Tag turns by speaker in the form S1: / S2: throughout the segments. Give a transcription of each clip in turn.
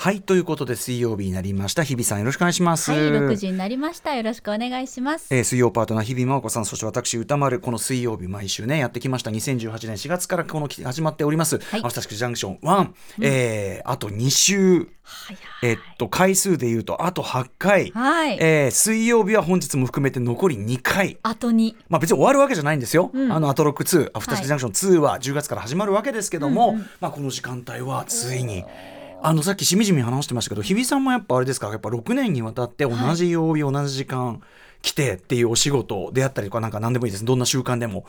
S1: はいということで水曜日になりました日比さんよろしくお願いします
S2: はい、六時になりました。よろしくお願いします。
S1: えー水曜パートナー日比真央子さんそして私歌丸この水曜日毎週ねやってきました2018年4月からこのき始まっております「
S2: はい
S1: アフターシックスジャンクション1」えーあと2週
S2: はい
S1: えっと回数で言うとあと8回、
S2: はい
S1: えー水曜日は本日も含めて残り2回
S2: あとに。
S1: まあ、別に終わるわけじゃないんですよ、
S2: うん
S1: あのアトロック2、アフターシックスジャンクション2は10月から始まるわけですけども、まあ、この時間帯はついに。あのさっきしみじみ話してましたけど日比さんもやっぱあれですかやっぱ6年にわたって同じ曜日、同じ時間来てっていうお仕事であったりとかなんか何でもいいですどんな習慣でも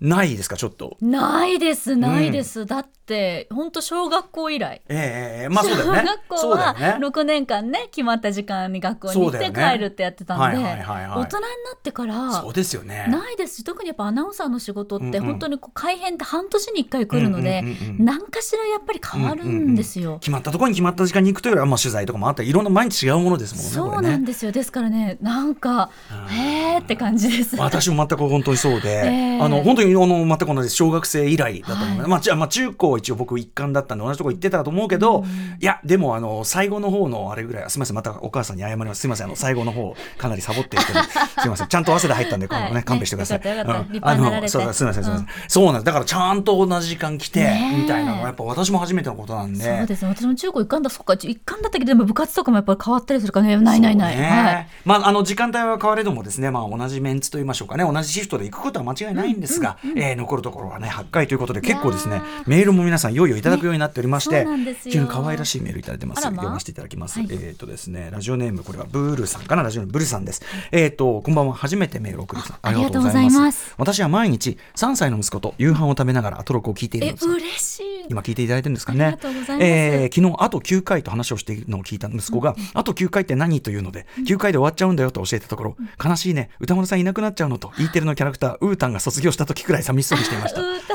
S1: ないですかちょっと。
S2: ないです、ないです。だって、本当小学校以来。
S1: ええええまあそうだ
S2: 小
S1: よね。
S2: 学校
S1: そうだよね
S2: は6年間ね決まった時間に学校に
S1: そ
S2: 行
S1: う
S2: っ
S1: だよ
S2: て
S1: ね
S2: 帰るってやってたんで
S1: はいはいはいはい
S2: 大人になってから
S1: そうですよね。
S2: ないですし特にやっぱアナウンサーの仕事って
S1: うんうん
S2: 本当にこう改編って半年に1回来るので
S1: うんうんうんうん
S2: 何かしらやっぱり変わるんですよ。
S1: 決まったところに決まった時間に行くというよりは、まあ、取材とかもあったりいろんな毎日違うものですもんね。
S2: そ
S1: こ
S2: う
S1: れね
S2: なんですよですからねなんかへーって感じ です。
S1: 私も全く本当にそうで、
S2: えー
S1: あの本当にあの全く同じ小学生以来だったので、
S2: は
S1: まあ、じゃあまあ中高一応僕一貫だったんで同じとこ行ってたと思うけど、いやでもあの最後の方のあれぐらいすみませんまたお母さんに謝りますすみませんあの最後の方かなりサボってる けどすみませんちゃんと汗で入ったんで、
S2: はい
S1: あのね、勘弁してください。
S2: ねよかったよか
S1: あ
S2: った立派になられ
S1: の
S2: て
S1: そうだすみませんすみません、そうなんですだからちゃんと同じ時間来て、
S2: ねえ
S1: みたいなのはやっぱ私も初めてのことなんで。
S2: そうですね私も中高一貫だそっか一貫だったけどでも部活とかもやっぱり変わったりするからねないないない、
S1: そうね
S2: はい
S1: まあ、あの時間帯は変われどもですね、まあ、同じメンツと言いましょうかね同じシフトで行くことは間違いないんですが、えー残るところはね8回ということで結構です
S2: い
S1: ね
S2: やー
S1: メールも皆さんいよいよいただくようになっておりまし
S2: ね
S1: て、
S2: そうなんですよ
S1: 非常に可愛らしいメールいただいてます
S2: あらま
S1: 読ませていただきます、
S2: はい
S1: えーっとですねラジオネームこれはブールさんかなラジオネームブルさんです、えーっとこんばんは初めてメールを送るさん
S2: あありがとうござい
S1: ありがと
S2: ます
S1: うございます私は毎日3歳の息子と夕飯を食べながらアトロクを聞いている
S2: え
S1: のです
S2: 嬉しい
S1: 今聞いていただいてるんですかね。
S2: ありがとうございます
S1: えー昨日あと9回と話をしているのを聞いた息子が、あと9回って何というので、9回で終わっちゃうんだよと教えたところ、悲しいね、歌丸さんいなくなっちゃうのと、E テレのキャラクター、ウータンが卒業した時くらい寂しそうにしていました。
S2: うーた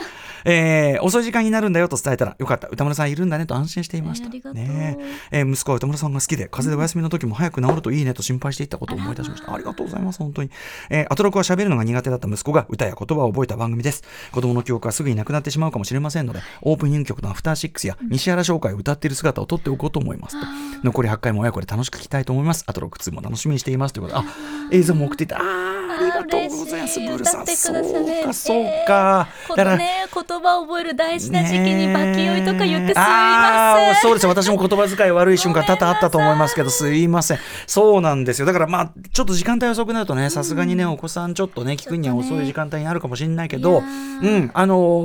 S1: えー遅い時間になるんだよと伝えたら、よかった、歌丸さんいるんだねと安心していました。
S2: えーありがとう
S1: ねええー息子は歌丸さんが好きで、風邪でお休みの時も早く治るといいねと心配していたことを思い出しました。ありがとうございます、本当に。えーアトロクは喋るのが苦手だった息子が歌や言葉を覚えた番組です。子供の記憶はすぐになくなってしまうかもしれませんので、オープニング曲のアフターシックスや西原商会を歌っている姿を撮っておこうと思いますと。残り8回も親子で楽しく聞きたいと思います。アトロク2も楽しみにしていますということで、あ、映像も送っていた。あーありがとうございます、
S2: あ
S1: ブ
S2: ー嬉しい
S1: ールさん。
S2: 歌って
S1: そ
S2: くださ
S1: う
S2: ね
S1: か、そうか。
S2: えーこのね言葉を覚える大事な時期にバキ酔いとか言ってすい
S1: あ
S2: ま
S1: ー
S2: せん
S1: そうです私も言葉遣い悪い瞬間多々あったと思いますけどすいませんそうなんですよだからまあちょっと時間帯遅くなるとねさすがにねお子さんちょっとね聞くには遅い時間帯になるかもしれないけど、
S2: いや
S1: う
S2: ー
S1: んあの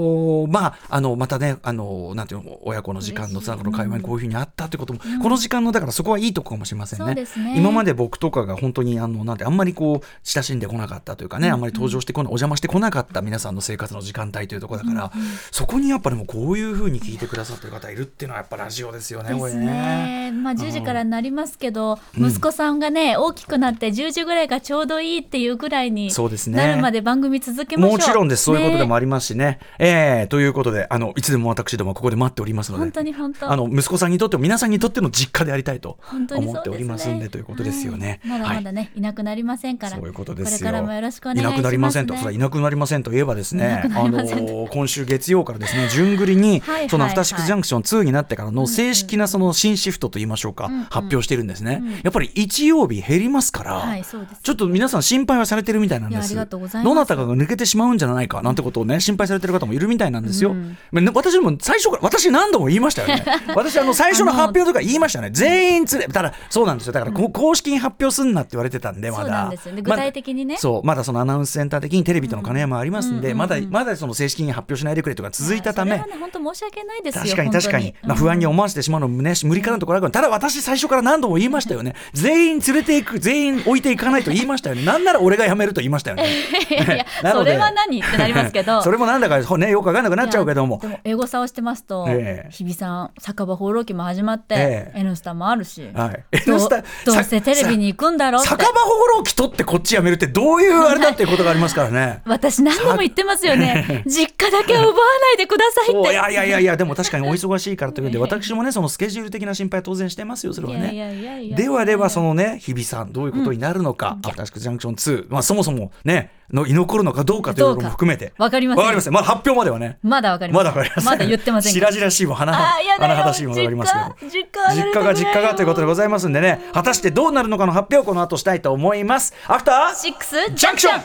S1: ーまああのまたねあのーなんていうの親子の時間のさこの会話にこういうふうにあったってことも、この時間のだからそこはいいとこかもしれません
S2: そ
S1: ね
S2: うですね
S1: 今まで僕とかが本当にあのなんてあんまりこう親しんでこなかったというかね、あんまり登場してこないお邪魔してこなかった皆さんの生活の時間帯というところだから、そこにやっぱりもうこういうふうに聞いてくださってる方いるっていうのはやっぱラジオですよねこ
S2: で
S1: れ
S2: す
S1: ね。
S2: ね。まあ10時からになりますけど、息子さんがね大きくなって10時ぐらいがちょうどいいっていうぐらいに
S1: そうですね
S2: なるまで番組続けましょう。
S1: もちろんです、そういうことでも
S2: ね
S1: ありますしね。ええということで、あの、いつでも私どもはここで待っておりますので、
S2: 本当に本当
S1: あの、息子さんにとっても皆さんにとっての実家でありたいと
S2: 本当に
S1: 思
S2: そう
S1: っておりますんで、ということですよね。
S2: はいまだ
S1: は
S2: ま
S1: い
S2: だね、い、なくなりませんから。
S1: そういうことですよ
S2: これからもよろしくお願いします、ね。
S1: いなくなりませんと、それはいなくなりませんといえばですね、あ
S2: いなくなり
S1: の
S2: ません
S1: ー今週月曜からですね、順繰りに、
S2: はいはいはい
S1: そのアフターシックスジャンクション2になってからの正式なその新シフトと言いましょうか、発表してるんですね。やっぱり日曜日減りますから、
S2: はいそうです
S1: ちょっと皆さん心配はされてるみたいなんで
S2: いやあ
S1: す。
S2: りがとうございま
S1: ど
S2: す
S1: なたかが抜けてしまうんじゃないかなんてことをね、心配されてる方もいるみたいなんですよ。まあね私も最初から、私何度も言いましたよ ね。私あの最初の発表とか言いましたよね。全員連れ、ただそうなんですよ。だからこう公式に発表すんなって言われてたんで、まだ。
S2: そうなんですよね
S1: まだ
S2: 具体的にね
S1: そう、まだそのアナウンスセンター的にテレビとの兼ね合いもありますんで、まだ、まだその正式に発表しないでくれとか続いたため、
S2: それはね本当申し訳ないですよ。
S1: 確かに確かに
S2: 本、当
S1: まあ、不安に思わせてしまうのもね、無理からのところあるからただ私最初から何度も言いましたよね全員連れていく全員置いていかないと言いましたよねなんなら俺が辞めると言いましたよね
S2: いや
S1: なの
S2: そ
S1: で
S2: れは何って なりますけ ど。
S1: それもなんだか、ね、よくわかんなくなっちゃうけども
S2: いやでもエゴサをしてますと、
S1: ええ
S2: 日比さん酒場放浪記も始まって、
S1: ええ
S2: N スタもあるし、
S1: はい N
S2: どう
S1: スタ
S2: どうせテレビに行くんだろうって
S1: 酒場放浪記取って こっち辞めるってどういうあれだっていうことがありますからね
S2: 私何度も言ってますよね実家だけはを奪わないでください
S1: そうい
S2: っ
S1: やいやいやいや、でも確かにお忙しいからと いうので、私もね、そのスケジュール的な心配は当然してますよ、それ
S2: て。
S1: はいね。
S2: やいやいやいや。
S1: ではでは、そのね、日比さん、どういうことになるのか、アフターシックスジャンクション2、まあ、そもそもね、の居残るのかどうかというところも含めて。
S2: わかりません
S1: わかりません。まだ発表まではね。
S2: まだわかりま
S1: ま
S2: せん。
S1: だわかりません。
S2: だ言ってません
S1: し
S2: から
S1: じらしいも、はな
S2: あ
S1: は
S2: ー、やだよ。
S1: だしいもわかりますけど。
S2: 実家、
S1: 実家が実家がということでございますんでね、果たしてどうなるのかの発表をこの後したいと思います。アフター
S2: シックス
S1: ジ
S2: ジ
S1: ャ
S2: ャ
S1: ンク
S2: ンク
S1: シ
S2: シ
S1: ョ
S2: ョ
S1: ン
S2: ン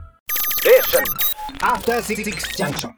S3: After Six Junction.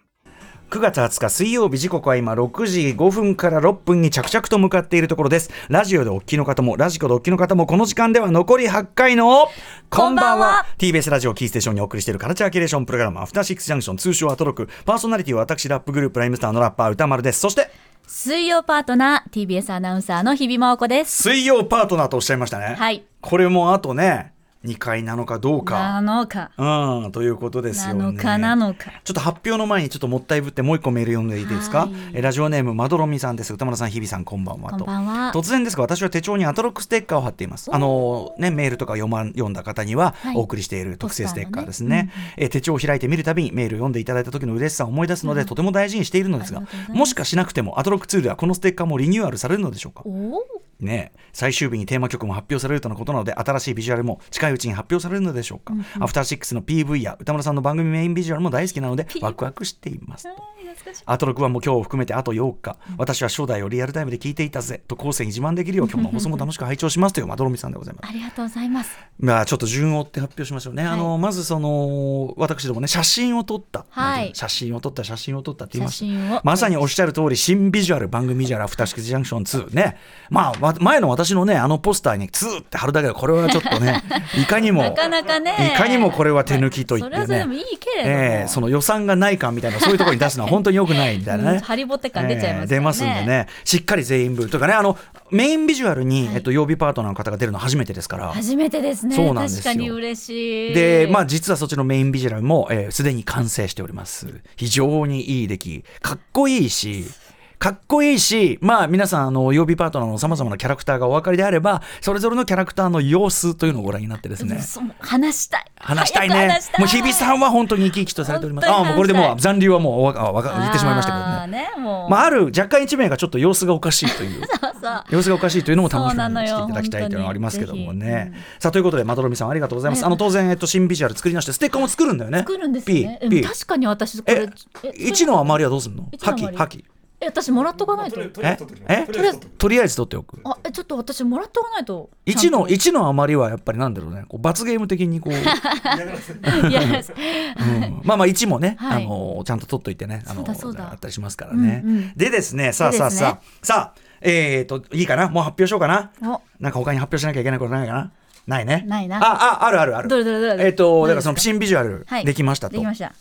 S1: 9月20日水曜日時刻は今6時5分から6分に着々と向かっているところです。ラジオでお聞きの方も、ラジコでお聞きの方も、この時間では残り8回の、
S2: こんばんは
S1: TBS ラジオキーステーションにお送りしているカルチャーキュレーションプログラム、アフターシックスジャンクション、通称アトロク。パーソナリティは私、ラップグループ、ライムスターのラッパー、歌丸です。そして、
S2: 水曜パートナー、TBS アナウンサーの日比真央子です。
S1: 水曜パートナーとおっしゃいましたね。
S2: はい
S1: これもあとね、2回なのかどう
S2: な
S1: か。
S2: のか。
S1: うん、ということです
S2: な
S1: よね。
S2: のかなのか。
S1: ちょっと発表の前にちょっともったいぶってもう一個メール読んでいいですか、えラジオネームまどろみさんです歌村さん日比さんこんばんはと
S2: こんばんは
S1: 突然ですが私は手帳にアトロックステッカーを貼っていますあのねメールとか読,、ま、読んだ方には
S2: はい
S1: お送りしている特製ステッカーですね,、え手帳を開いて見るたびにメールを読んでいただいた時の嬉しさを思い出すので、とても大事にしているのですが
S2: ありがとうございます
S1: もしかしなくてもアトロックツールではこのステッカーもリニューアルされるのでしょうか
S2: おお。
S1: ねえ、最終日にテーマ曲も発表されるとのことなので新しいビジュアルも近いうちに発表されるのでしょうか、アフターシックスの PV や歌村さんの番組メインビジュアルも大好きなのでワクワクしていますとアトロクはもう今日を含めてあと8日私は初代をリアルタイムで聞いていたぜと後世に自慢できるよう今日の放送も楽しく拝聴しますというまどろみさんでございます
S2: ありがとうございます。
S1: まあちょっと順を追って発表しましょうね、
S2: はい
S1: あのまずその私どもね写真を撮った、
S2: はい
S1: 写真を撮った写真を撮ったって言いま
S2: 写真
S1: し
S2: を
S1: たまさにおっしゃる通り新ビジュアル番組ビジュアルアフターシックスジャンクション2ねまあわ前の私のねあのポスターに「2」って貼るだけでこれはちょっとね いかにも
S2: なかなかね
S1: いかにもこれは手抜きといっ
S2: そ
S1: て
S2: れはそれでも
S1: ね
S2: いいけれども。
S1: ええその予算がない感みたいなそういうところに出 すのは本当に良くないみたいな
S2: うん
S1: ね。
S2: ハリボテ感出ちゃいますからね
S1: ええ出ますんでね。しっかり全員分というかねあのメインビジュアルに、えっと曜日パートナーの方が出るの初めてですから。
S2: 初めてですね。
S1: そうなんですよ
S2: 確かに嬉しい。
S1: で、まあ、実はそっちのメインビジュアルもえーすで、に完成しております。非常にいい出来。かっこいいし、かっこいいし、まあ皆さん、あの、曜日パートナーの様々なキャラクターがお分かりであれば、それぞれのキャラクターの様子というのをご覧になってですね。
S2: そう話したい。
S1: 話したい
S2: 早く
S1: ね
S2: 話した。い
S1: もう日比さんは本当に生き生きとされております。ああ、
S2: 本当に
S1: もうこれでもう
S2: 話し
S1: 残留はもうおわあわか言ってしまいましたけどね
S2: あ。ーね、もう。
S1: まあ、ある若干一名がちょっと様子がおかしいという様子がおかしいというのも楽しみにしていただきたいというのはありますけども
S2: そうなのよ本
S1: ね。さあということでまどろみさんありがとうございます。あの当然、えっと、新ビジュアル作り直してステッカーも作るんだよね。
S2: 作るんですね。
S1: P
S2: で
S1: P
S2: も確かに私こ
S1: え
S2: れ
S1: 一の余りはどうするの
S2: 一の
S1: 破
S2: 余り
S1: 棄破棄
S2: え私もらっとかないと。
S1: ええ
S2: りあえず
S1: とりあえず取っておく。
S2: あえちょっと私もらっとかないと。
S1: 一の
S2: ち
S1: 一の余りはやっぱりなんだろうねこう罰ゲーム的にこ う、
S2: ゃん といや
S1: うんまあまあ一もね、
S2: はい
S1: あのちゃんと取っといてねあの
S2: そうだそうだ
S1: あったりしますからね。
S2: うんうん
S1: でですねさあさあさあ、
S2: で
S1: さあえっ、といいかなもう発表しようかな。
S2: お
S1: なんか他に発表しなきゃいけないことないかなないね。
S2: ないな
S1: あ、あ、あるあるある。
S2: どれどれどれどれ
S1: えっ、と、だ
S2: ど
S1: か
S2: れ
S1: ら
S2: です
S1: そ
S2: か
S1: の新ビジュアル
S2: はい
S1: できましたと。
S2: できました。は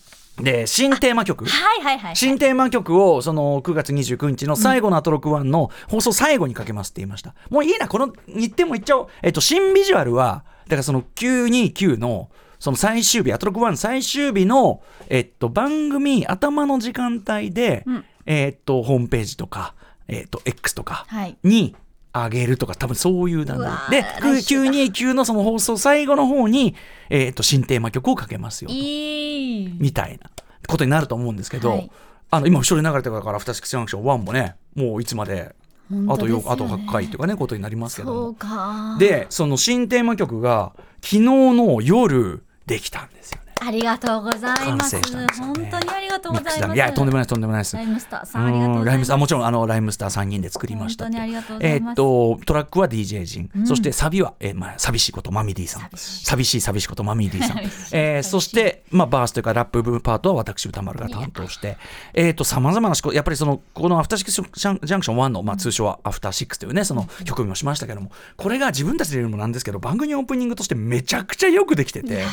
S1: で、新テーマ曲。
S2: いはいはい。
S1: 新テーマ曲をその9月29日の最後のアトロク1の放送最後にかけますって言いました。もういいな、この日程もいっちゃおう。えっと、新ビジュアルは、だからその929のその最終日、アトロク1最終日の、えっと、番組頭の時間帯で、えっと、ホームページとか、えっと、X とか
S2: はい
S1: に、あげるとか多分そういう段
S2: うわー
S1: でで
S2: 来週だ
S1: 929のその放送最後の方に、えっと新テーマ曲をかけますよと
S2: いい。
S1: みたいなことになると思うんですけど、
S2: はい
S1: あの今後ろに流れてから「アフターシックスジャンクション1」もねもういつまであ
S2: 本
S1: と
S2: 当です
S1: よ
S2: よね
S1: あと8回というかねことになりますけど
S2: そ
S1: も
S2: うか。
S1: でその新テーマ曲が昨日の夜できたんですよね。
S2: ありがとうござい
S1: 完
S2: ます。
S1: 成したんですよ
S2: 本
S1: ね
S2: 当にありがとうござい
S1: ミックスダ
S2: ま
S1: ム
S2: す。
S1: いやとんでもないですとんでもないです。
S2: ライムスターさんありがとう
S1: うんラ
S2: ござ
S1: イ
S2: い
S1: ムス
S2: ます
S1: ター。もちろんあのライムスター3人で作りました
S2: 本当にありがとうござ
S1: え
S2: い
S1: ー
S2: ま
S1: っ
S2: す
S1: とトラックは DJ 陣、そしてサビは、えーまあ、寂しいことマミディさん寂しい寂しいことマミディさん、えーそして、まあ、バースというかラップ部分パートは私歌丸が担当してえーっとさまざまなしこやっぱりそのこの「アフターシックスジャンジャンクション1の」まあ、通称は「アフターシックスというねその曲名もしましたけどもこれが自分たちで言うのもなんですけど番組オープニングとしてめちゃくちゃよくできてて。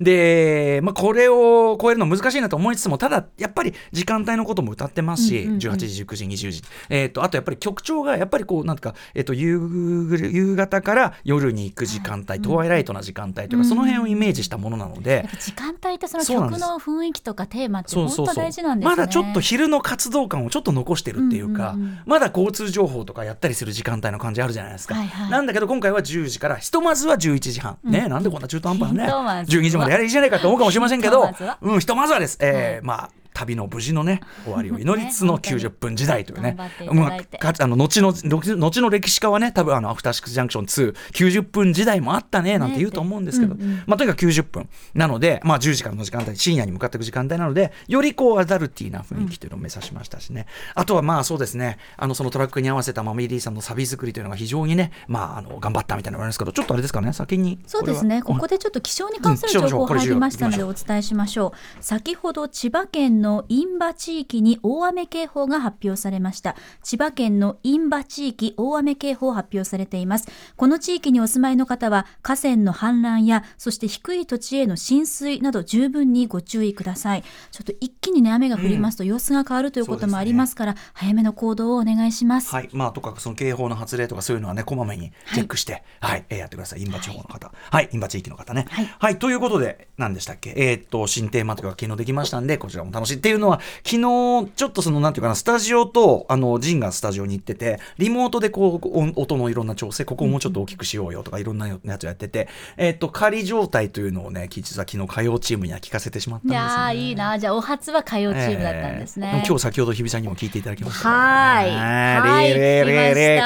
S1: で、まあ、これを超えるの難しいなと思いつつもただやっぱり時間帯のことも歌ってますし、18時19時20時、えー、とあとやっぱり曲調がやっぱりこうなんていうか、えー、と夕暮夕方から夜に行く時間帯、トワイライトな時間帯というか、その辺をイメージしたものなので、
S2: やっぱ時間帯ってその
S1: そうなんで
S2: 曲
S1: す
S2: の雰囲気とかテーマって
S1: そう
S2: 本
S1: そう
S2: 当
S1: そう
S2: 大事なんですね。
S1: まだちょっと昼の活動感をちょっと残してるっていうか、
S2: うんうんうん
S1: まだ交通情報とかやったりする時間帯の感じあるじゃないですか、
S2: はいはい
S1: なんだけど今回は10時からひとまずは11時半、ねなんでこんな中途半端
S2: ひと
S1: な
S2: ま
S1: ね
S2: ずは
S1: 12時までやればいいじゃないかと思うかもしれませんけど
S2: ひとまずは
S1: うんひとまずはです、えーまあ旅の無事のね終わりを祈りつつの
S2: ね本当に
S1: 90分時代というね
S2: 頑張っていた
S1: ま
S2: だ
S1: あ
S2: いて
S1: かあの後の後後の歴史家はね多分あのアフターシックスジャンクション290分時代もあったねなんて言うと思うんですけど、
S2: ねってうんうん
S1: まあ、とにかく90分なので、まあ、10時からの時間帯深夜に向かっていく時間帯なのでよりこうアダルティーな雰囲気というのを目指しましたしね、あとはまあそうですねあのそのトラックに合わせたマミリーさんのサビ作りというのが非常にね、まあ、あの頑張ったみたいなのがあるんですけどちょっとあれですかね先に
S2: そうですね。こ
S1: れは
S2: こでちょっと気象に関する情報
S1: うん気象情報
S2: 入りましたのでお伝えしましょう。先ほど千葉県の印旛地域に大雨警報が発表されました。千葉県の印旛地域大雨警報発表されています。この地域にお住まいの方は河川の氾濫やそして低い土地への浸水など十分にご注意ください。ちょっと一気にね雨が降りますと様子が変わるということもありますから、早めの行動をお願いします。
S1: はい、まあ、とかくその警報の発令とかそういうのはね、こまめにチェックして、はい、えーやってください。インバ地方の方。はい、インバ地域の方ね。
S2: はい
S1: ということで、何でしたっけえーっと、新テーマというか昨日できましたんで、こちらも楽しい。っていうのは、昨日、ちょっとその、なんていうかな、スタジオと、あの、ジンがスタジオに行ってて、リモートでこう、音音のいろんな調整、ここをもうちょっと大きくしようよとか、いろんなやつをやってて、えーっと、仮状態というのをね、実は昨日、火曜チームには聞かせてしまったん
S2: い
S1: です、ね。
S2: やーいいな。じゃあお初は火曜チームだったんですね。
S1: えーも今日先ほど日比さんにも聞いていただきました
S2: はーい
S1: ね
S2: はい
S1: リーリーリーリー
S2: 聞きました
S1: これはちょっと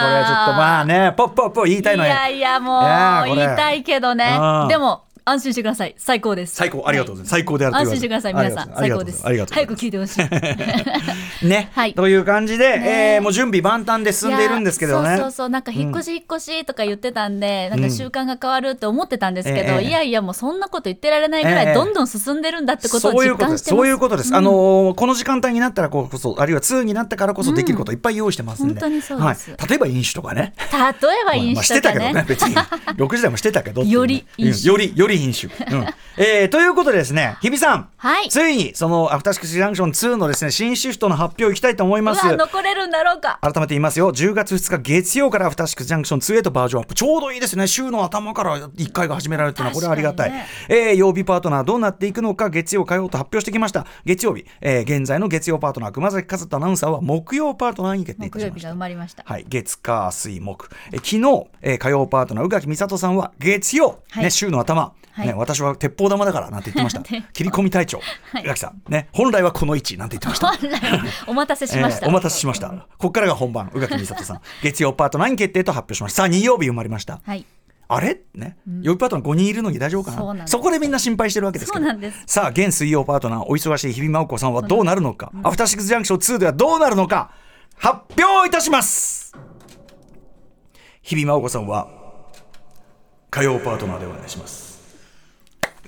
S1: まあね、ポッポッポ言いたいの
S2: い
S1: よ。
S2: やいやもう
S1: いやーこ
S2: 言
S1: れ
S2: いたいけどね
S1: うん
S2: でも安心してください最高です
S1: 最高、ありがとうございます。最高であ
S2: は
S1: る
S2: い
S1: と
S2: 安
S1: 言わず
S2: 心してください皆さん
S1: あり
S2: 最
S1: がとう
S2: 高
S1: ござ
S2: で
S1: いますありがとう
S2: 早く
S1: ございます
S2: 聞いてほしい
S1: ね、
S2: はい
S1: という感じで、
S2: ね
S1: えーもう準備万端で進んでいるんですけど
S2: いや
S1: ね。
S2: ーそうそうそうなんか引っ越し引っ越しとか言ってたんで、なんか習慣が変わるって思ってたんですけど、
S1: ええ
S2: いやいやもうそんなこと言ってられないぐら
S1: ええ
S2: いどんどん進んでるんだってことを
S1: そうい
S2: 実
S1: うこと
S2: 感
S1: で
S2: し
S1: す。
S2: てます
S1: そういうことです。あのーこの時間帯になったらこうこそ、あるいは2になったからこそできることいっぱい用意してますんで。
S2: 本当にそうです
S1: はい、例えば飲酒とかね。
S2: 例えば飲
S1: まあ、し
S2: 酒
S1: て
S2: と
S1: た
S2: か
S1: けどね
S2: ね
S1: 別に 6時台もしてたけどっていうね
S2: より飲酒
S1: うんよりより飲酒、うんえーということでですね日比さん、
S2: はい
S1: ついにその「アフターシックス・ジャンクション2」のですね新シフトの発表いきたいと思いうま
S2: わ
S1: す
S2: 残れるんだろうか
S1: 改めて言いますよ10月2日月曜から「アフターシックス・ジャンクション2」へとバージョンアップちょうどいいですね週の頭から1回が始められるっていうのはこれはありがたい、
S2: 確か
S1: えー曜日パートナーどうなっていくのか月曜火曜と発表してきました月曜日、えー現在の月曜パートナー熊崎和人アナウンサーは木曜パートナーに決定いた
S2: 木
S1: しま
S2: 曜
S1: し
S2: 日
S1: た
S2: が埋まりました、
S1: はい、月火水木え昨日、えー火曜パートナー宇垣美里さんは月曜、
S2: はい
S1: ね、週の頭、
S2: はい
S1: ね、私は鉄砲玉だからなんて言ってま した
S2: 鉄砲
S1: 切り込み隊長宇垣さん、ね、本来はこの位置なんて言ってました
S2: 本来お待た せしまし
S1: え
S2: た、
S1: ーお待たせしましたここからが本番宇垣美里さん月曜パートナーに決定と発表しましたさあ2曜日生まれました
S2: はい
S1: あれね、曜日パートナー5人いるのに大丈夫か
S2: そうなん
S1: な
S2: です
S1: そこでみんな心配してるわけですけど
S2: そうなんです
S1: さあ現水曜パートナーお忙しい日比真央子さんはどうなるのか、アフターシックスジャンクション2ではどうなるのか発表いたします日比真央子さんは火曜パートナーでお願いします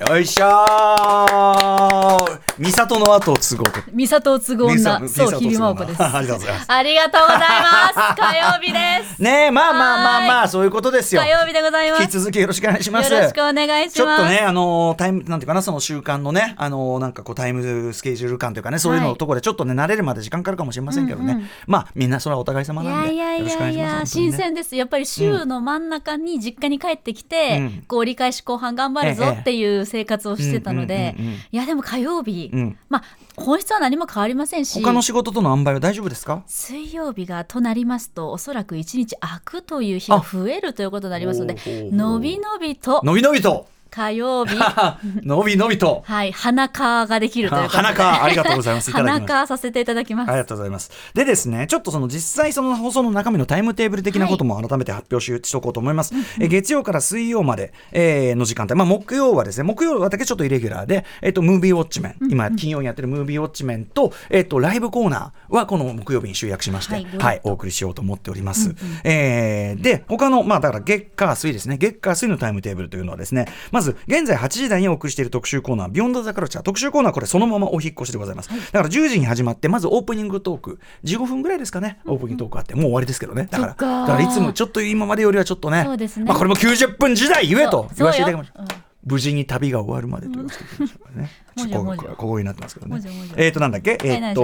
S1: よいしょー美里の後を継ごうと
S2: 美里を継ぐ女、
S1: 美里
S2: そう、日
S1: 美
S2: 比真央
S1: 里
S2: 子
S1: を継ぐ女
S2: です。
S1: ありがとうございます
S2: ありがとうございます。火曜日です。
S1: ねえまあまあまあまあそういうことですよ
S2: 火曜日でございます。
S1: 引き続きよろしくお願いします
S2: よろしくお願いします
S1: ちょっとねあのータイムなんていうかなその習慣のねあのーなんかこうタイムスケジュール感というかねそういうの
S2: は
S1: の
S2: い
S1: ところでちょっとね慣れるまで時間かかるかもしれませんけどね、まあみんなそれはお互い様
S2: い
S1: なん
S2: や
S1: で
S2: いや
S1: よ
S2: い
S1: ろしくお願
S2: や
S1: い
S2: い
S1: します
S2: や、
S1: 本当に
S2: 新
S1: ね
S2: 鮮です。やっぱり週の真ん中に実家に帰ってきて、
S1: うん
S2: こう折り返し後半頑張る
S1: え
S2: ぞ
S1: え
S2: っていう生活をしてたので、
S1: うんうんうんうん
S2: いやでも火曜日、
S1: うん
S2: まあ本質は何も変わりませんし、
S1: 他の仕事との塩梅は大丈夫ですか
S2: 水曜日がとなりますとおそらく一日空くという日が増えるということになりますの
S1: あほうほうほ
S2: で、
S1: う
S2: のびのびと
S1: のびのびと
S2: 火 曜日。
S1: のびのびと
S2: はい、花カーができるという ことで。
S1: あ花カーありがとうござい ますいただきます
S2: 花カーさせていただきます。
S1: ありがとうございます。でですね、ちょっとその実際その放送の中身のタイムテーブル的なことも改めて発表し,、とこうと思います。え月曜から水曜まで、えーの時間帯、まあ、木曜はですね、木曜はだけちょっとイレギュラーで、えっとムービーウォッチメン、今金曜にやってるムービーウォッチメンと、えっとライブコーナーはこの木曜日に集約しまして、は
S2: はいい
S1: お送りしようと思っております。えーで、他の、まあだから月火水ですね、月火水のタイムテーブルというのはですね、まず現在8時台にお送りしている特集コーナー、ビヨンドザカルチャー、特集コーナーこれそのままお引っ越しでございます。だから10時に始まって、まずオープニングトーク、15分ぐらいですかね、オープニングトークあって、もう終わりですけどね。だから、だ
S2: そっかー
S1: からいつもちょっと今までよりはちょっとね、
S2: そうですね
S1: まあこれも90分時代ゆえと
S2: そう
S1: 言わせていただきまし
S2: そうよ
S1: た。無事に旅が終わるまでということでしたからね。
S2: も
S1: ち
S2: じゃ
S1: ょ
S2: も
S1: っ
S2: じゃ
S1: と小声になってますけどね
S2: もじゃもじゃ。
S1: えっ、と、なんだっけ、えっ、と、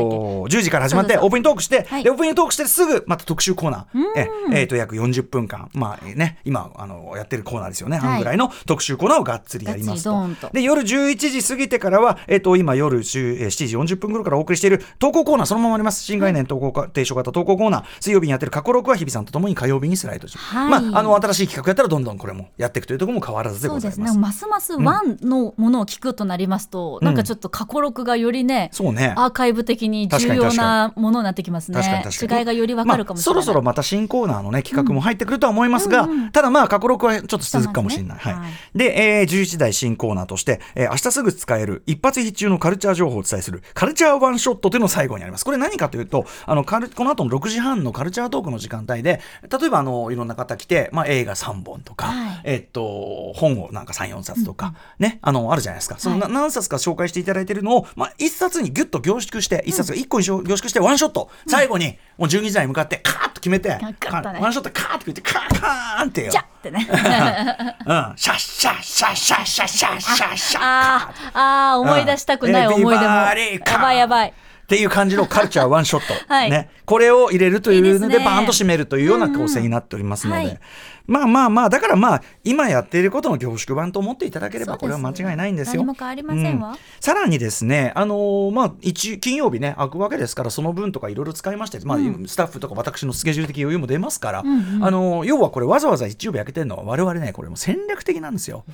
S1: 10時から始まって、
S2: そうそうそう
S1: オープニングトークして、
S2: はい
S1: で、オープニングトークしてすぐ、また特集コーナー。えっ、えーと、約40分間、まあね、今、あの、やってるコーナーですよね。
S2: はい
S1: あのぐらいの特集コーナーをがっつりやりますと
S2: がっつりドーンと
S1: で、夜11時過ぎてからは、えっ、と、今夜10えー7時40分頃からお送りしている投稿コーナー、そのままあります。新概念投稿か、提唱型投稿コーナー、水曜日にやってる過去6は日比さんとともに火曜日にスライドします。
S2: はい
S1: まあ、あの、新しい企画やったらどんどんこれもやっていくというところも変わらずで
S2: そ
S1: ご
S2: う
S1: ざい
S2: で
S1: ます。
S2: すねますますワンのものを聞くとなりますと、なんかちょっと過去録がよりね
S1: そうね
S2: アーカイブ的に重要なものになってきますね
S1: 確かに確かに
S2: 違いがよりわかるかもしれない、
S1: まあそろそろまた新コーナーのね企画も入ってくるとは思いますが、ただまあ過去録はちょっと続くかもしれない、
S2: そうなん
S1: は
S2: で
S1: い
S2: すね、
S1: で、えー、11時台新コーナーとして、えー明日すぐ使える一発必中のカルチャー情報をお伝えするカルチャーワンショットというのを最後にありますこれ何かというとあのカルこの後の6時半のカルチャートークの時間帯で例えばあのいろんな方来て、まあ、映画3本とか、
S2: はい
S1: えっと本をなんか34冊とか、ねあのあるじゃないですかそのな、
S2: は
S1: 何冊か紹介していただいてるのを、まあ、1冊にギュッと凝縮して1冊が1個に凝縮してワンショット、最後にもう12時台に向かってカーッと決めて、
S2: ガッとね
S1: ワンショットカーッと決めてカーカーンってよ
S2: じゃってね
S1: うん、シャッシャッシャッシャッシャッシャッシャッシャッ
S2: あーあー思い出したくない思い出も、やばいやばい
S1: っていう感じのカルチャーワンショット、
S2: はい
S1: ね、これを入れるというの
S2: いいで
S1: です
S2: ね
S1: バーンと締めるというような構成になっておりますので、
S2: うんうんはい
S1: まあまあまあだからまあ今やっていることの凝縮版と思っていただければ
S2: そ
S1: こ
S2: う
S1: れ
S2: で
S1: は
S2: す
S1: 間違いないんですよ。
S2: 何も変わりませんわ
S1: うさらにですね、あのーまあ、一金曜日ね開くわけですからその分とかいろいろ使いまして、まあスタッフとか私のスケジュール的余裕も出ますから、あのー要はこれわざわざ一曜日開けてるのは我々ねこれもう戦略的なん ですよ。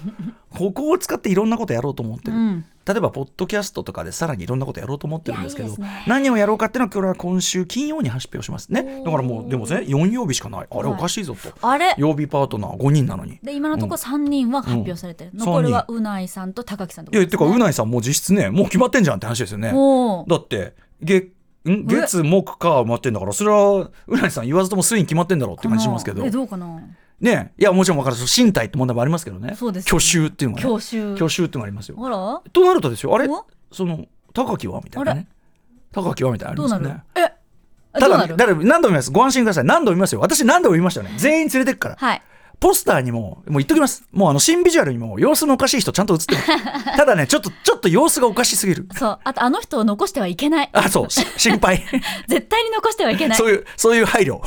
S1: ここを使っていろんなことやろうと思ってる。例えばポッドキャストとかでさらにいろんなことやろうと思ってるんですけど
S2: いやいいですね
S1: 何をやろうかっていうのはこれは今週金曜に発表しますねだからもうでもね4曜日しかないあれ
S2: はい
S1: おかしいぞと、
S2: あれ
S1: 曜日パートナー5人なのに
S2: で今のところ3人は発表されてる、
S1: うん
S2: 残るはうないさんと高木さんと
S1: いや、てか、うないさんもう実質ね、もう決まってんじゃんって話ですよね。
S2: おー
S1: だって、月、ん月、木、火、待ってんだから、それは、うないさん言わずとも水に決まってんだろうって感じしますけど
S2: え。どうかな
S1: ねいや、もちろん分かる。その身体って問題もありますけどね。
S2: そうですね
S1: 去就っていうのが、ね。
S2: 教習
S1: 去就っていうのがありますよ。
S2: あら
S1: となるとですよ、あれ
S2: お
S1: その、高木はみたいな
S2: あ
S1: ね。高木はみたいなの
S2: ど
S1: あ
S2: う
S1: ります
S2: なる、
S1: よね。
S2: えあ
S1: た
S2: どう
S1: だ、
S2: な
S1: だ
S2: る
S1: から何度も見ます。ご安心ください。何度も見ますよ。私何度も見ましたよね。全員連れてくから。
S2: はい
S1: ポスターにも、もう言っときます。もうあの、新ビジュアルにも、様子のおかしい人ちゃんと映ってます。 ただね、ちょっと、ちょっと様子がおかしすぎる。
S2: そうあとあの人を残してはいけない
S1: あ、そう、し心配。
S2: 絶対に残してはいけない
S1: そういう、そういう配 慮。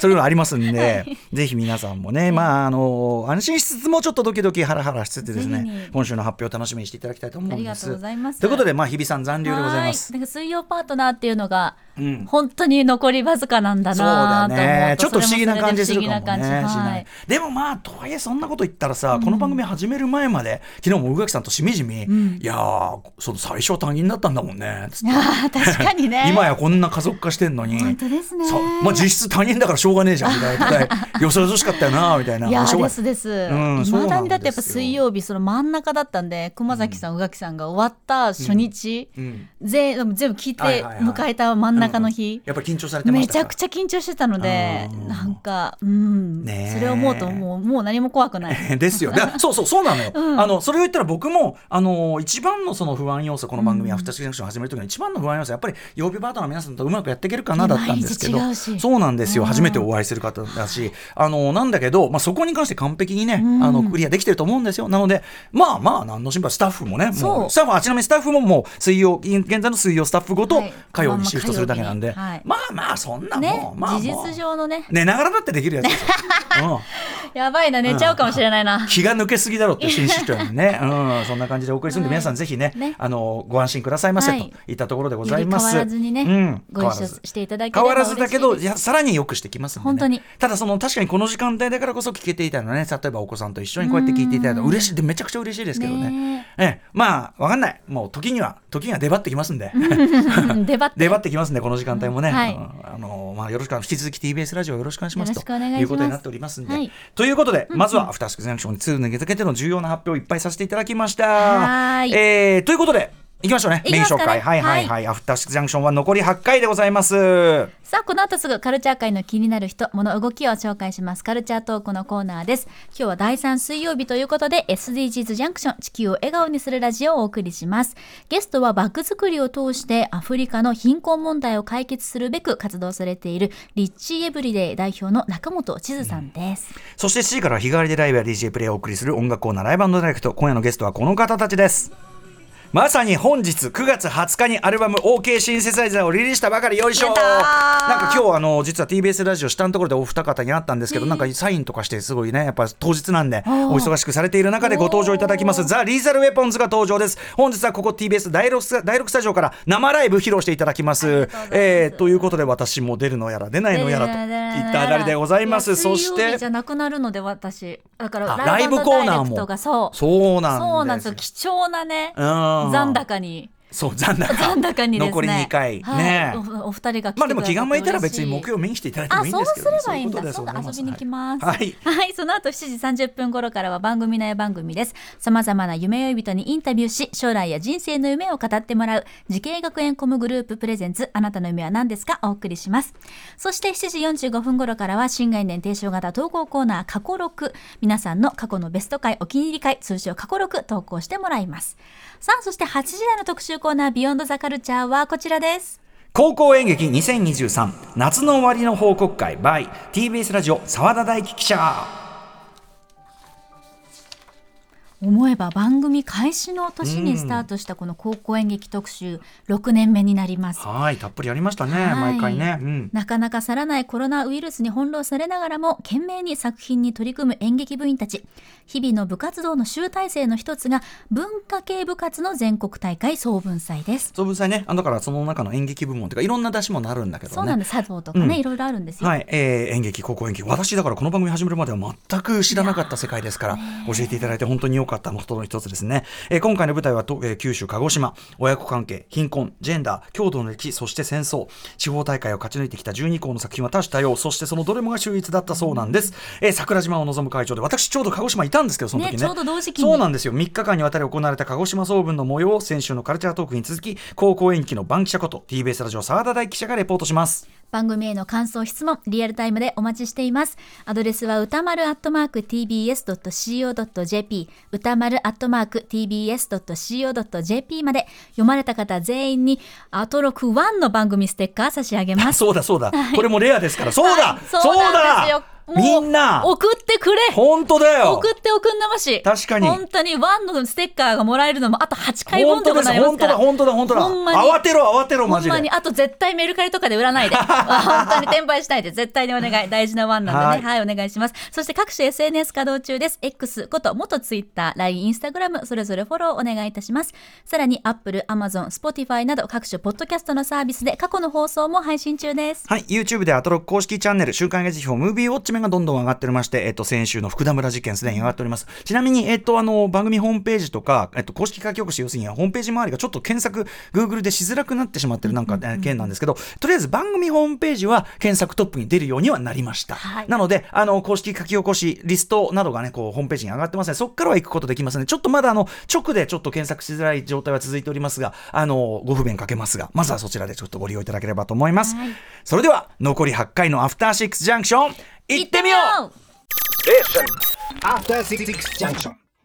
S1: そういうのありますんで、ぜひ皆さんもね、まあ、あの、安心しつつも、ちょっとドキドキハラハラしつつです
S2: ぜひ
S1: ね
S2: ね、
S1: 今週の発表を楽しみにしていただきたいと思うんです。
S2: ありがとうございます
S1: ということで、まあ、日比さん残留でございま
S2: は
S1: す
S2: ー。なんか水曜パートナーっていうのが、
S1: ん
S2: 本当に残りわずかなんだ
S1: そうだ
S2: なと思うと
S1: ね。ちょっと不思議な感じす
S2: そ
S1: る
S2: れ
S1: か
S2: も
S1: も
S2: それ
S1: ね。
S2: で不思議な感じ
S1: し
S2: は
S1: ないいでもまあ、とはいえそんなこと言ったらさ、この番組始める前まで、昨日も宇垣さんとしみじみ、いやー、その最初は他人だったんだもんね。つって
S2: あー確かにね
S1: 今やこんな家族化してんのに。
S2: 本当ですね
S1: そうまあ実質他人だからしょうがねえじゃんみたいな。 よそよそしかったよな、みたいな。
S2: いや
S1: しょ
S2: ー
S1: うがな
S2: で
S1: い
S2: すです、
S1: ん
S2: 未だ
S1: そうなんですよ
S2: にだってやっぱ水曜日その真ん中だったんで熊崎さん、宇垣さんが終わった初日、
S1: うん
S2: ぜ全部聞いて
S1: はいはいはい
S2: 迎えた真ん中の日、
S1: やっぱり緊張されてまし
S2: め
S1: た
S2: ち
S1: か
S2: ゃくちゃ緊張してたので
S1: うん
S2: なんかうん、
S1: ねえ
S2: それを思うともうもう何も怖くない
S1: ですよ。だそうそう、そうなのよ。あの、それを言ったら僕も、あの、一番のその不安要素、この番組、アフターシックスジャンクション始めるときの一番の不安要素、やっぱり曜日パートナーの皆さんとうまくやっていけるかなだったんですけど
S2: 毎日違う、し
S1: そうなんですよ。初めてお会いする方だし、あの、なんだけど、まあ、そこに関して完璧にね、あの、クリアできてると思うんですよ。なので、まあまあ、何の心配、スタッフもね、
S2: そ
S1: もう、
S2: う
S1: スタッフは、あちなみにスタッフももう、水曜、現在の水曜スタッフごと
S2: はい、
S1: 火曜にシフトするだけなんで、
S2: まあま
S1: まあ
S2: あ火曜日に
S1: まあ、そん な
S2: ね
S1: もう、まあもう
S2: 事実上のね
S1: 寝ながらだってできるやつですよ。 うん
S2: やばいな寝ちゃうかもしれないな、
S1: 気が抜けすぎだろって新市長に ね、うん、そんな感じでお送りするんで、
S2: は
S1: 皆
S2: い
S1: さんぜひね
S2: ね
S1: あのご安心くださいませ、
S2: はい
S1: といったところでご
S2: よ
S1: ざい
S2: り変
S1: ます。
S2: わらずにね、
S1: うん、
S2: ご一緒していただければ
S1: 変わらずだけど
S2: 嬉しい
S1: いやさらによくしてきますんで、ね、
S2: 本当に
S1: ただその確かにこの時間帯だからこそ聞けていたのね例えばお子さんと一緒にこうやって聞いていただいたら嬉しいでめちゃくちゃ嬉しいですけどね
S2: ね
S1: ええまあわかんないもう時には時には出張ってきますんで
S2: うん出張って
S1: 出張ってきますんでこの時間帯もね、
S2: うんはい
S1: うんあのまあ、よろしく引き続き TBS ラジオよろしくお願いします
S2: よろしくお願いしま
S1: と
S2: す
S1: いうことになっておりますんで、
S2: はい
S1: ということで、まずは「アフターシックスジャンクション2」に続けての重要な発表をいっぱいさせていただきました
S2: はーい
S1: えーということでいきましょうね。メ
S2: いき
S1: イン
S2: ます
S1: 紹
S2: か
S1: 介。
S2: ね
S1: はいはいはい。アフターシックスジャンクションは残り8回でございます。
S2: さあこの後すぐカルチャー界の気になる人物動きを紹介しますカルチャートークのコーナーです今日は第3水曜日ということで SDGs ジャンクション地球を笑顔にするラジオをお送りしますゲストはバッグ作りを通してアフリカの貧困問題を解決するべく活動されているリッチーエブリデイ代表の中本千鶴さんです、
S1: そして7時からは日替わりでライブや DJ プレイをお送りする音楽コーナーライブダイレクト。今夜のゲストはこの方たちです。まさに本日9月20日にアルバム OK シンセサイザーをリリースしたばかりよいしょなんか今日あの実は TBS ラジオ下のところでお二方に会ったんですけどなんかサインとかしてすごいねやっぱ当日なんでお忙しくされている中でご登場いただきますザ・リーザル・ウェポンズが登場です本日はここ TBS 第 6, スタ第6スタジオから生ライブ披露していただきますえーということで私も出るのやら出ないのやらといったあたりでございますそし
S2: 水曜
S1: て
S2: 日じゃなくなるので私だから
S1: あラ
S2: ラ
S1: イ
S2: イ
S1: ブ
S2: ブ
S1: コ
S2: コ
S1: ーナ
S2: ーナ
S1: ー
S2: ー
S1: も
S2: もそう
S1: そうなんです
S2: そうなんですよ貴重なね
S1: うん
S2: 残高に
S1: そう残 高
S2: 残高にですね
S1: 残り2回、
S2: はい
S1: ね
S2: おお二人が来てくださって
S1: まあでも気が向いたら別に
S2: 嬉し
S1: 木曜見に来ていただいてもいいん
S2: あ、
S1: です
S2: そう
S1: け
S2: す
S1: どね、
S2: ればいいんだ。
S1: こと
S2: そう
S1: で
S2: だ、遊びに来ます。
S1: はい。
S2: その後7時30分頃からは番組内番組です。さまざまな夢追い人にインタビューし、将来や人生の夢を語ってもらう、慈恵学園コムグループプレゼンツ、あなたの夢は何ですかお送りします。そして7時45分頃からは、新概念提唱型投稿コーナー、過去6。皆さんの過去のベスト回、お気に入り回、通称過去6、投稿してもらいます。さあ、そして8時台の特集コーナー、ビヨンドザカルチャーはこちらです。
S1: 高校演劇2023夏の終わりの報告会 by TBS ラジオ澤田大樹記者。
S2: 思えば番組開始の年にスタートしたこの高校演劇特集6年目になります。
S1: はい、たっぷりやりましたね、
S2: はい
S1: 毎回ね。うん。
S2: なかなか去らないコロナウイルスに翻弄されながらも懸命に作品に取り組む演劇部員たち日々の部活動の集大成の一つが文化系部活の全国大会総文祭です。
S1: 総文祭ね、あだからその中の演劇部門とかいろんな出しもなるんだけどね。
S2: そうなんです茶道とかね、
S1: うん
S2: いろいろあるんですよ。
S1: はい、えー演劇高校演劇私だからこの番組始めるまでは全く知らなかった世界ですから教えていただいて本当に良かったことの一つですね、えー今回の舞台はと、えー九州鹿児島親子関係貧困ジェンダー郷土の歴史そして戦争地方大会を勝ち抜いてきた12校の作品は多種多様そしてそのどれもが秀逸だったそうなんです、えー桜島を望む会場で私ちょうど鹿児島いたんですけどその時ね
S2: ねちょうど同時期に
S1: そうなんですよ3日間にわたり行われた鹿児島総文の模様を先週のカルチャートークに続き高校演劇の番記者こと TBS ラジオ澤田大記者がレポートします
S2: 番組への感想質問リアルタイムでお待ちしていますアドレスは歌丸アットマーク tbs.co.jp 歌丸アットマーク tbs.co.jp まで読まれた方全員にアトロク1の番組ステッカー差し上げます
S1: そうだそうだ、これもレアですから、そうだ、
S2: はい
S1: そう
S2: なんですよ
S1: だ
S2: もう
S1: みんな、
S2: 送ってくれ
S1: 本当だよ
S2: 送っておくんなまし
S1: 確かに
S2: 本当に1のステッカーがもらえるのもあと8回
S1: 本
S2: 分
S1: 当
S2: と
S1: で
S2: か
S1: す、
S2: なります
S1: 本当
S2: か
S1: だ、
S2: ら
S1: 本当だ、本当だ。
S2: ほんまに
S1: 慌てろ、慌てろ、
S2: ほ
S1: マ
S2: ん
S1: ジ
S2: ま
S1: で。
S2: に、あと絶対メルカリとかで売ら ないで。あ本当に転売しないで。絶対にお願い。大事なワンなんでね。
S1: は
S2: はい、お願いします。そして各種 SNS 稼働中です。X こと元 Twitter、LINE、Instagram、それぞれフォローお願いいたします。さらに Apple、Amazon、Spotify など各種ポッドキャストのサービスで過去の放送も配信中です。
S1: はい、YouTube でアトロック公式チャンネル、週刊映画辞表、ムービーウォッチ面がどんどん上がっておりまして、えっと、先週の福田村事件すでに上がっております。ちなみに、えっと、あの、番組ホームページとか、えっと、公式書き起こし、要するにホームページ周りがちょっと検索、Google でしづらくなってしまってるなんか、えー件なんですけど、とりあえず番組ホームページは検索トップに出るようにはなりました。
S2: はい
S1: なので、あの、公式書き起こし、リストなどがね、こう、ホームページに上がってますね。そこからは行くことできますね。ちょっとまだ、あの、直でちょっと検索しづらい状態は続いておりますが、あの、ご不便かけますが、まずはそちらでちょっとご利用いただければと思います。それでは、残り8回のアフターシックスジャンクション、行ってみよう
S2: う
S3: After Six Junction.